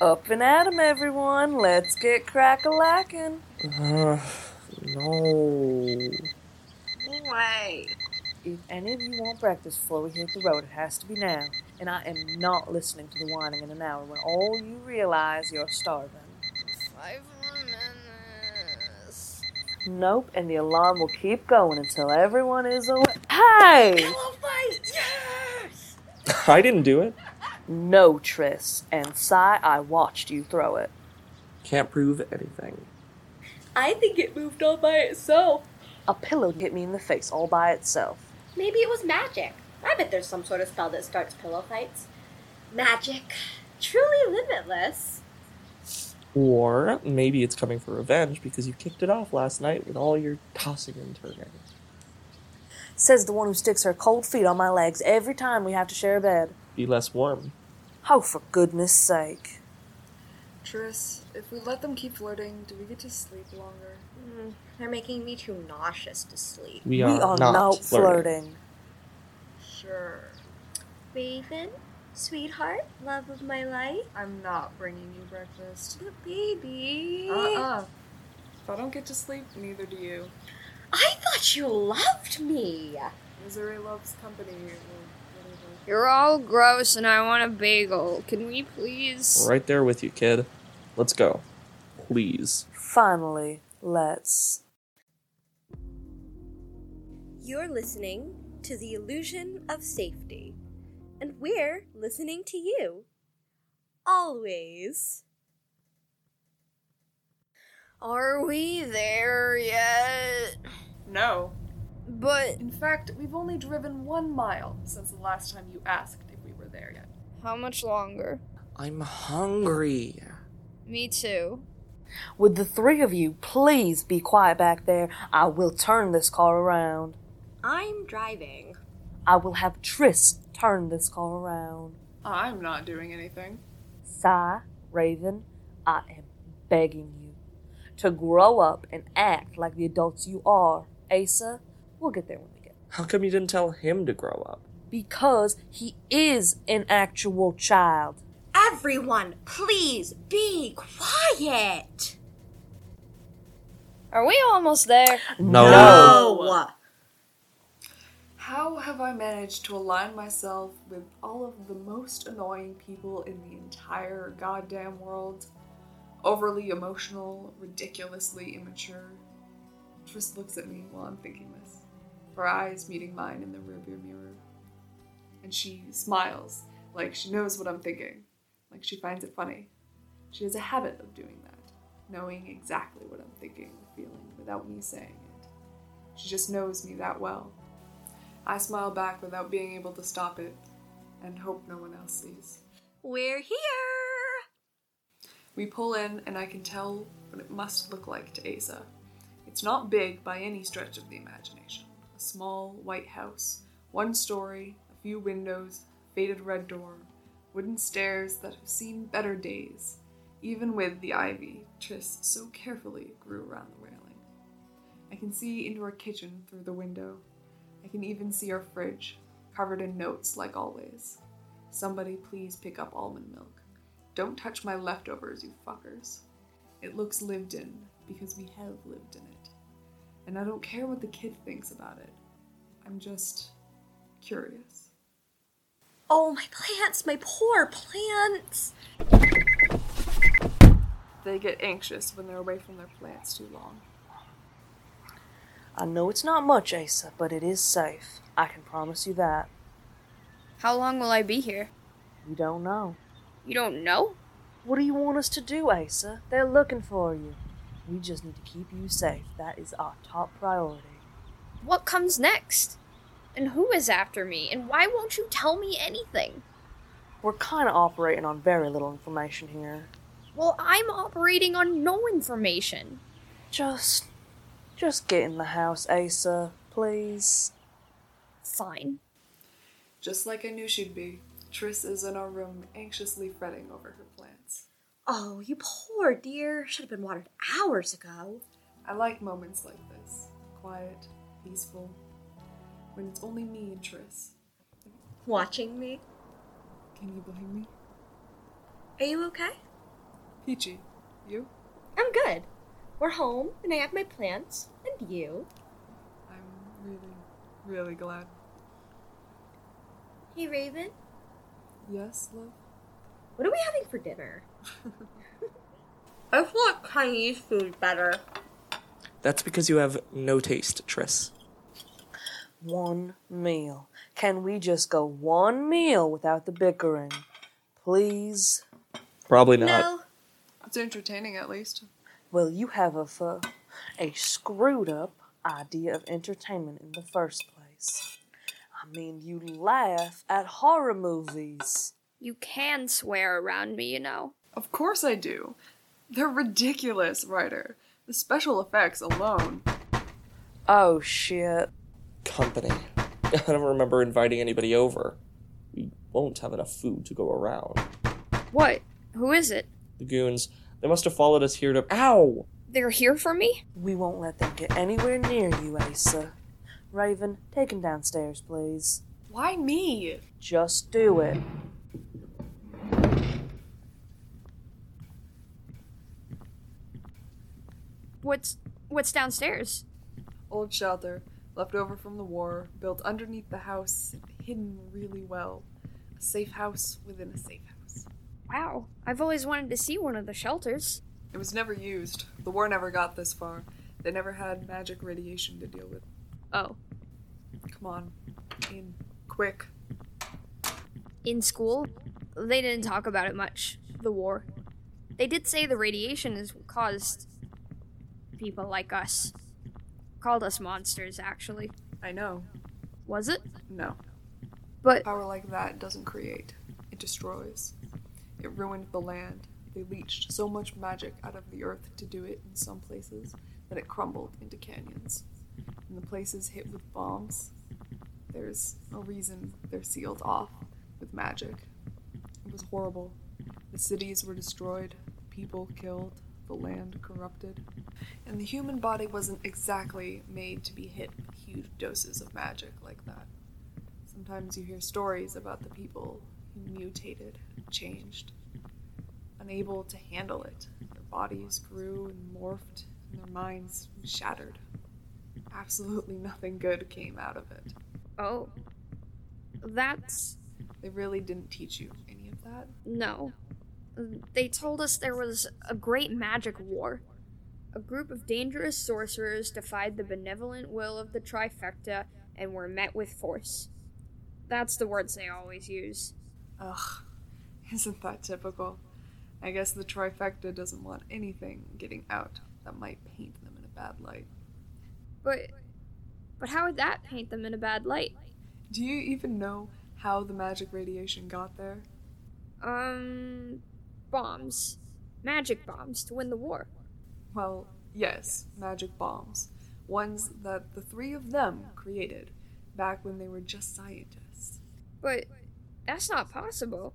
Up and at 'em, everyone. Let's get crack a lacking. Ugh, no. Wait. If any of you want breakfast before we hit the road, it has to be now. And I am not listening to the whining in an hour when all you realize you're starving. Five more minutes. Nope, and the alarm will keep going until everyone is awake. Hey! Oh, wait, yes! I didn't do it. No, Triss. And Sai, I watched you throw it. Can't prove anything. I think it moved all by itself. A pillow hit me in the face all by itself. Maybe it was magic. I bet there's some sort of spell that starts pillow fights. Magic. Truly limitless. Or maybe it's coming for revenge because you kicked it off last night with all your tossing and turning. Says the one who sticks her cold feet on my legs every time we have to share a bed. Be less warm. Oh, for goodness sake. Tris, if we let them keep flirting, do we get to sleep longer? Mm, they're making me too nauseous to sleep. We are, not, flirting. Sure. Raven, sweetheart, love of my life, I'm not bringing you breakfast. the baby. Uh Uh-uh. uh If I don't get to sleep, neither do you. I thought you loved me. Missouri loves company. or whatever. You're all gross and I want a bagel. Can we please? Right there with you, kid. Let's go. Please. Finally, let's. You're listening to The Illusion of Safety, and we're listening to you. Always. Are we there yet? No. But In fact, we've only driven one mile since the last time you asked if we were there yet. how much longer? I'm hungry. Me too. Would the three of you please be quiet back there? I will turn this car around. I'm driving. I will have Triss turn this car around. I'm not doing anything. Sigh, Raven, I am begging you to grow up and act like the adults you are. Asa, we'll get there when we get. How come you didn't tell him to grow up? Because he is an actual child. Everyone, please be quiet. Are we almost there? No. No. How have I managed to align myself with all of the most annoying people in the entire goddamn world? Overly emotional, ridiculously immature. Trist looks at me while I'm thinking this, her eyes meeting mine in the rearview mirror. And she smiles, like she knows what I'm thinking, like she finds it funny. She has a habit of doing that, knowing exactly what I'm thinking or feeling without me saying it. She just knows me that well. I smile back without being able to stop it and hope no one else sees. We're here. We pull in, and I can tell what it must look like to Asa. It's not big by any stretch of the imagination. A small white house, one story, a few windows, faded red door, wooden stairs that have seen better days, even with the ivy Triss so carefully grew around the railing. I can see into our kitchen through the window. I can even see our fridge, covered in notes like always. Somebody please pick up almond milk. Don't touch my leftovers, you fuckers. It looks lived in because we have lived in it. And I don't care what the kid thinks about it. I'm just curious. Oh, my plants, my poor plants. They get anxious when they're away from their plants too long. I know it's not much, Asa, but it is safe. I can promise you that. How long will I be here? You don't know. You don't know? What do you want us to do, Asa? They're looking for you. We just need to keep you safe. That is our top priority. What comes next? And who is after me? And why won't you tell me anything? We're kind of operating on very little information here. Well, I'm operating on no information. Just. just get in the house, Asa, please. Fine. Just like I knew she'd be, Triss is in our room anxiously fretting over her plants. Oh, you poor dear. Should have been watered hours ago. I like moments like this quiet, peaceful, when it's only me and Triss. Watching me. Can you blame me? Are you okay? Peachy, you? I'm good. We're home, and I have my plants, and you. I'm really, really glad. Hey, Raven, Yes, love? what are we having for dinner? I feel like Chinese food better. That's because you have no taste, Triss. One meal. Can we just go one meal without the bickering? Please? Probably not. No, It's entertaining at least. Well, you have a, fu- a screwed up idea of entertainment in the first place. I mean, you laugh at horror movies. You can swear around me, you know. Of course I do. They're ridiculous, Ryder. The special effects alone. Oh, shit. Company. I don't remember inviting anybody over. We won't have enough food to go around. What? Who is it? The goons, they must have followed us here to. Ow! They're here for me? We won't let them get anywhere near you, Asa. Raven, take him downstairs, please. Why me? Just do it. What's what's downstairs? Old shelter, left over from the war, built underneath the house, hidden really well. A safe house within a safe house. Wow, I've always wanted to see one of the shelters. It was never used. The war never got this far. They never had magic radiation to deal with. Oh, Come on. In. Quick. in school, they didn't talk about it much. The war. They did say the radiation is what caused people like us. Called us monsters, actually. I know. Was it? No. But Power like that doesn't create, it destroys. It ruined the land. They leached so much magic out of the earth to do it in some places that it crumbled into canyons. And the places hit with bombs, there's a reason they're sealed off with magic. It was horrible. The cities were destroyed, people killed, the land corrupted. And the human body wasn't exactly made to be hit with huge doses of magic like that. Sometimes you hear stories about the people who mutated, changed, unable to handle it. Their bodies grew and morphed, and their minds shattered. Absolutely nothing good came out of it. oh, that's They really didn't teach you any of that. No. They told us there was a great magic war. A group of dangerous sorcerers defied the benevolent will of the trifecta and were met with force. That's the words they always use. Ugh, isn't that typical? I guess the trifecta doesn't want anything getting out that might paint them in a bad light. But but how would that paint them in a bad light? Do you even know how the magic radiation got there? Um bombs. Magic bombs to win the war. Well, yes, magic bombs. Ones that the three of them created back when they were just scientists. But that's not possible.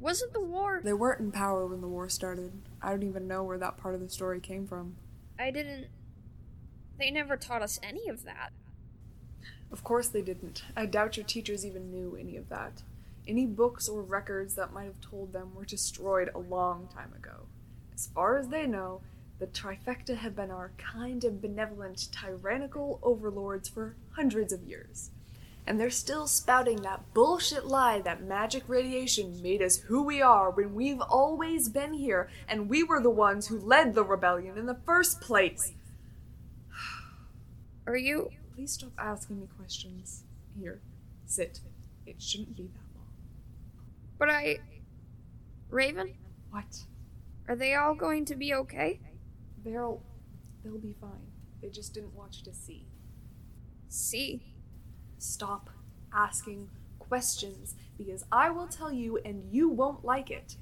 Wasn't the war They weren't in power when the war started. I don't even know where that part of the story came from. I didn't they never taught us any of that. Of course they didn't. I doubt your teachers even knew any of that. Any books or records that might have told them were destroyed a long time ago. As far as they know, the trifecta have been our kind and benevolent tyrannical overlords for hundreds of years. And they're still spouting that bullshit lie that magic radiation made us who we are when we've always been here and we were the ones who led the rebellion in the first place. Are you Please stop asking me questions. Here, sit. It shouldn't be that long. But I. Raven? What? Are they all going to be okay? They'll they'll be fine. They just didn't want you to see. See. Stop asking questions because I will tell you and you won't like it.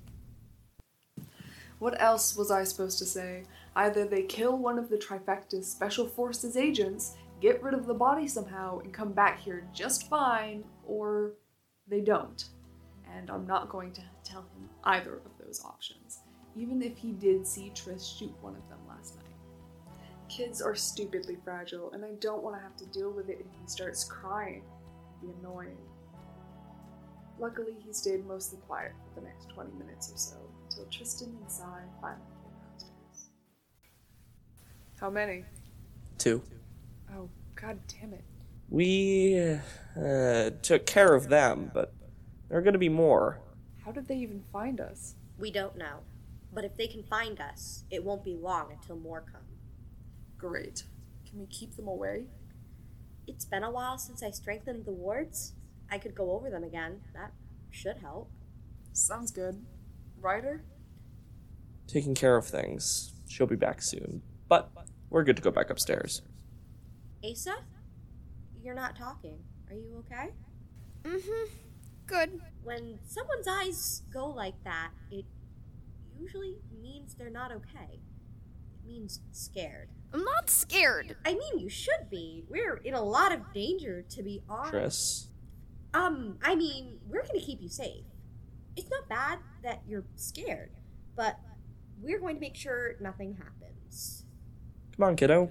What else was I supposed to say? Either they kill one of the Trifecta's special forces agents, get rid of the body somehow, and come back here just fine, or they don't. And I'm not going to tell him either of those options, even if he did see Triss shoot one of them last night. Kids are stupidly fragile, and I don't want to have to deal with it if he starts crying. It'd be annoying. Luckily, he stayed mostly quiet for the next 20 minutes or so until Tristan and Zai finally came downstairs. How many? Two. Oh, god damn it. We uh, took care of them, but there are going to be more. How did they even find us? We don't know. But if they can find us, it won't be long until more come. Great. Can we keep them away? It's been a while since I strengthened the wards. I could go over them again. That should help. Sounds good. Ryder? Taking care of things. She'll be back soon, but we're good to go back upstairs. Asa? You're not talking. Are you okay? Mm hmm. Good. When someone's eyes go like that, it usually means they're not okay. It means scared. I'm not scared. I mean, you should be. We're in a lot of danger, to be honest. Tris, Um, I mean, we're going to keep you safe. It's not bad that you're scared, but we're going to make sure nothing happens. come on, kiddo.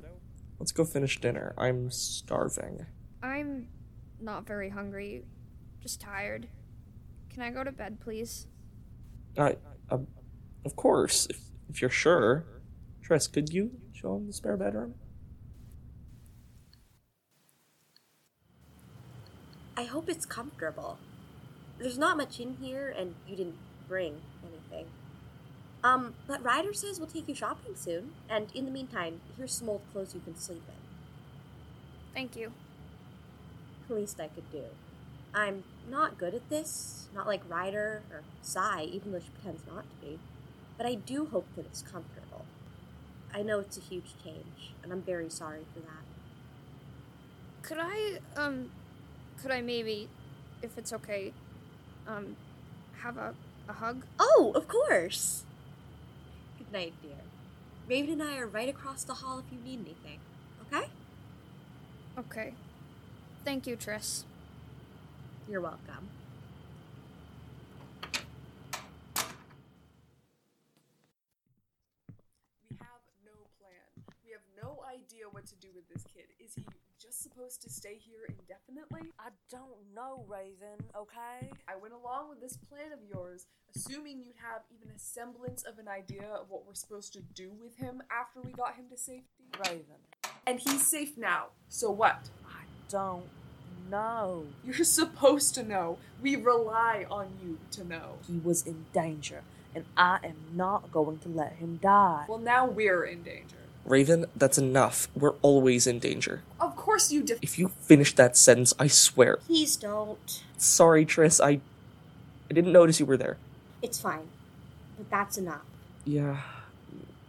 Let's go finish dinner. I'm starving. I'm not very hungry. Just tired. Can I go to bed, please? I, um, of course, if, if you're sure. Tris, could you show him the spare bedroom? I hope it's comfortable. There's not much in here, and you didn't bring anything. Um, but Ryder says we'll take you shopping soon, and in the meantime, here's some old clothes you can sleep in. Thank you. The least I could do. I'm not good at this, not like Ryder or Sai, even though she pretends not to be, but I do hope that it's comfortable. I know it's a huge change, and I'm very sorry for that. Could I, um, could I maybe, if it's okay, um, have a, a hug? Oh, of course! Good night, dear. Raven and I are right across the hall if you need anything, okay? Okay. Thank you, Triss. You're welcome. We have no plan. We have no idea what to do with this kid. Is he just supposed to stay here indefinitely? I don't know, Raven, okay? I went along with this plan of yours, assuming you'd have even a semblance of an idea of what we're supposed to do with him after we got him to safety. Raven, And he's safe now. So what? I don't know. You're supposed to know. We rely on you to know. He was in danger, and I am not going to let him die. Well, now we're in danger. Raven, that's enough. We're always in danger. Of course you def- If you finish that sentence, I swear. Please don't. Sorry, Tris, I, I didn't notice you were there. It's fine. But that's enough. Yeah,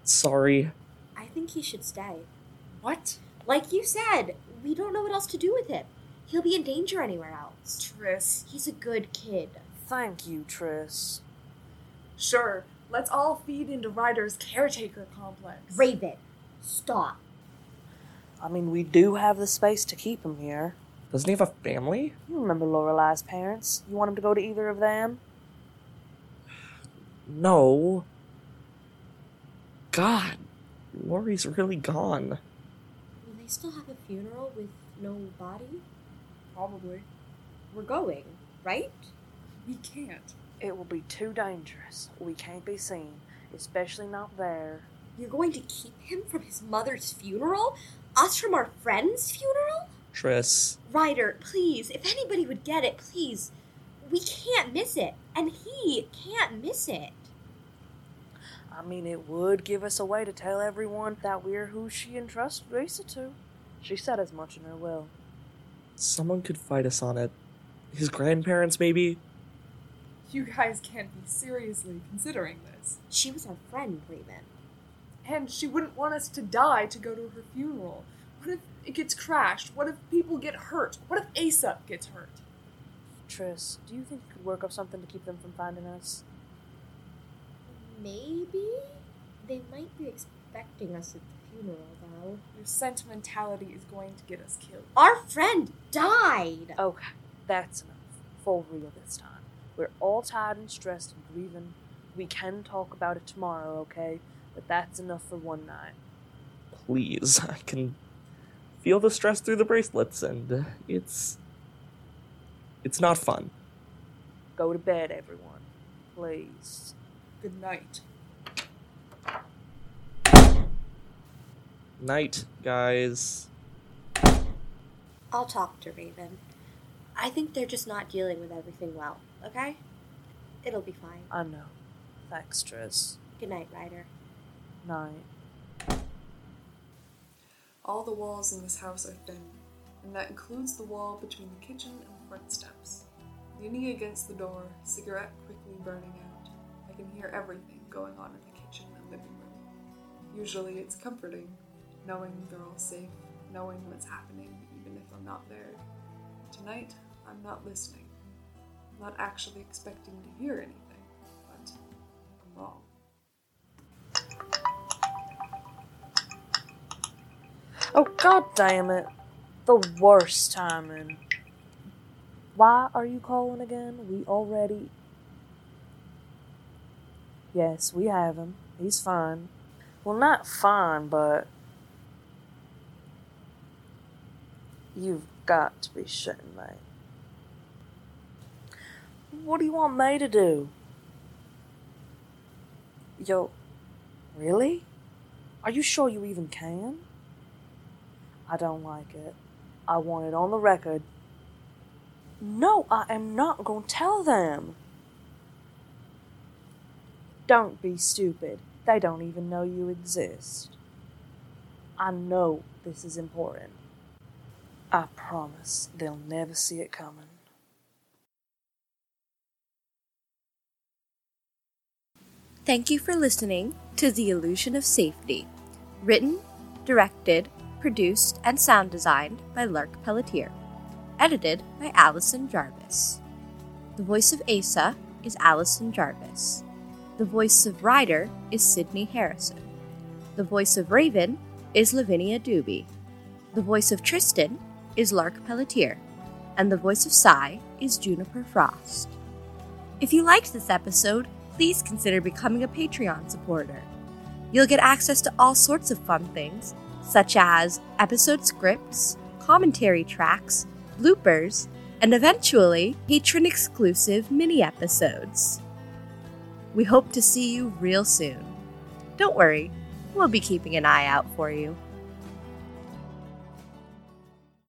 sorry. I think he should stay. What? Like you said, we don't know what else to do with him. He'll be in danger anywhere else. Tris. He's a good kid. Thank you, Tris. Sure, let's all feed into Ryder's caretaker complex. Raven, stop. I mean, we do have the space to keep him here. Doesn't he have a family? You remember Lorelei's parents? You want him to go to either of them? No. God, Lori's really gone. Will they still have a funeral with no body? Probably. We're going, right? We can't. It will be too dangerous. We can't be seen, especially not there. You're going to keep him from his mother's funeral? Us from our friend's funeral? Tris, Ryder, please, if anybody would get it, please. We can't miss it, and he can't miss it. I mean, it would give us a way to tell everyone that we're who she entrusted Lisa to. She said as much in her will. someone could fight us on it. His grandparents, maybe? You guys can't be seriously considering this. She was our friend, Raven. And she wouldn't want us to die to go to her funeral. What if it gets crashed? What if people get hurt? What if Asa gets hurt? Tris, do you think you could work up something to keep them from finding us? Maybe? They might be expecting us at the funeral, though. Your sentimentality is going to get us killed. Our friend died! Okay, that's enough. For real this time. We're all tired and stressed and grieving. We can talk about it tomorrow, okay? But that's enough for one night. Please, I can feel the stress through the bracelets, and it's. It's not fun. Go to bed, everyone. Please. Good night. Night, guys. I'll talk to Raven. I think they're just not dealing with everything well, okay? It'll be fine. I know. Thanks, Triss. Good night, Ryder. Night. All the walls in this house are thin, and that includes the wall between the kitchen and the front steps. Leaning against the door, cigarette quickly burning out, I can hear everything going on in the kitchen and living room. Usually it's comforting, knowing they're all safe, knowing what's happening, even if I'm not there. Tonight, I'm not listening. I'm not actually expecting to hear anything, but I'm wrong. Oh, god damn it. The worst timing. Why are you calling again? We already. Yes, we have him. He's fine. Well, not fine, but. You've got to be shitting me. What do you want me to do? Yo, really? Are you sure you even can? I don't like it. I want it on the record. No, I am not going to tell them. Don't be stupid. They don't even know you exist. I know this is important. I promise they'll never see it coming. Thank you for listening to The Illusion of Safety, written, directed, produced, and sound designed by Lark Pelletier, edited by Allison Jarvis. The voice of Asa is Allison Jarvis. The voice of Ryder is Sydney Harrison. The voice of Raven is Lavinia Doobie. The voice of Tristan is Lark Pelletier, and the voice of Sai is Juniper Frost. If you liked this episode, please consider becoming a Patreon supporter. You'll get access to all sorts of fun things, such as episode scripts, commentary tracks, bloopers, and eventually patron exclusive mini episodes. We hope to see you real soon. Don't worry, we'll be keeping an eye out for you.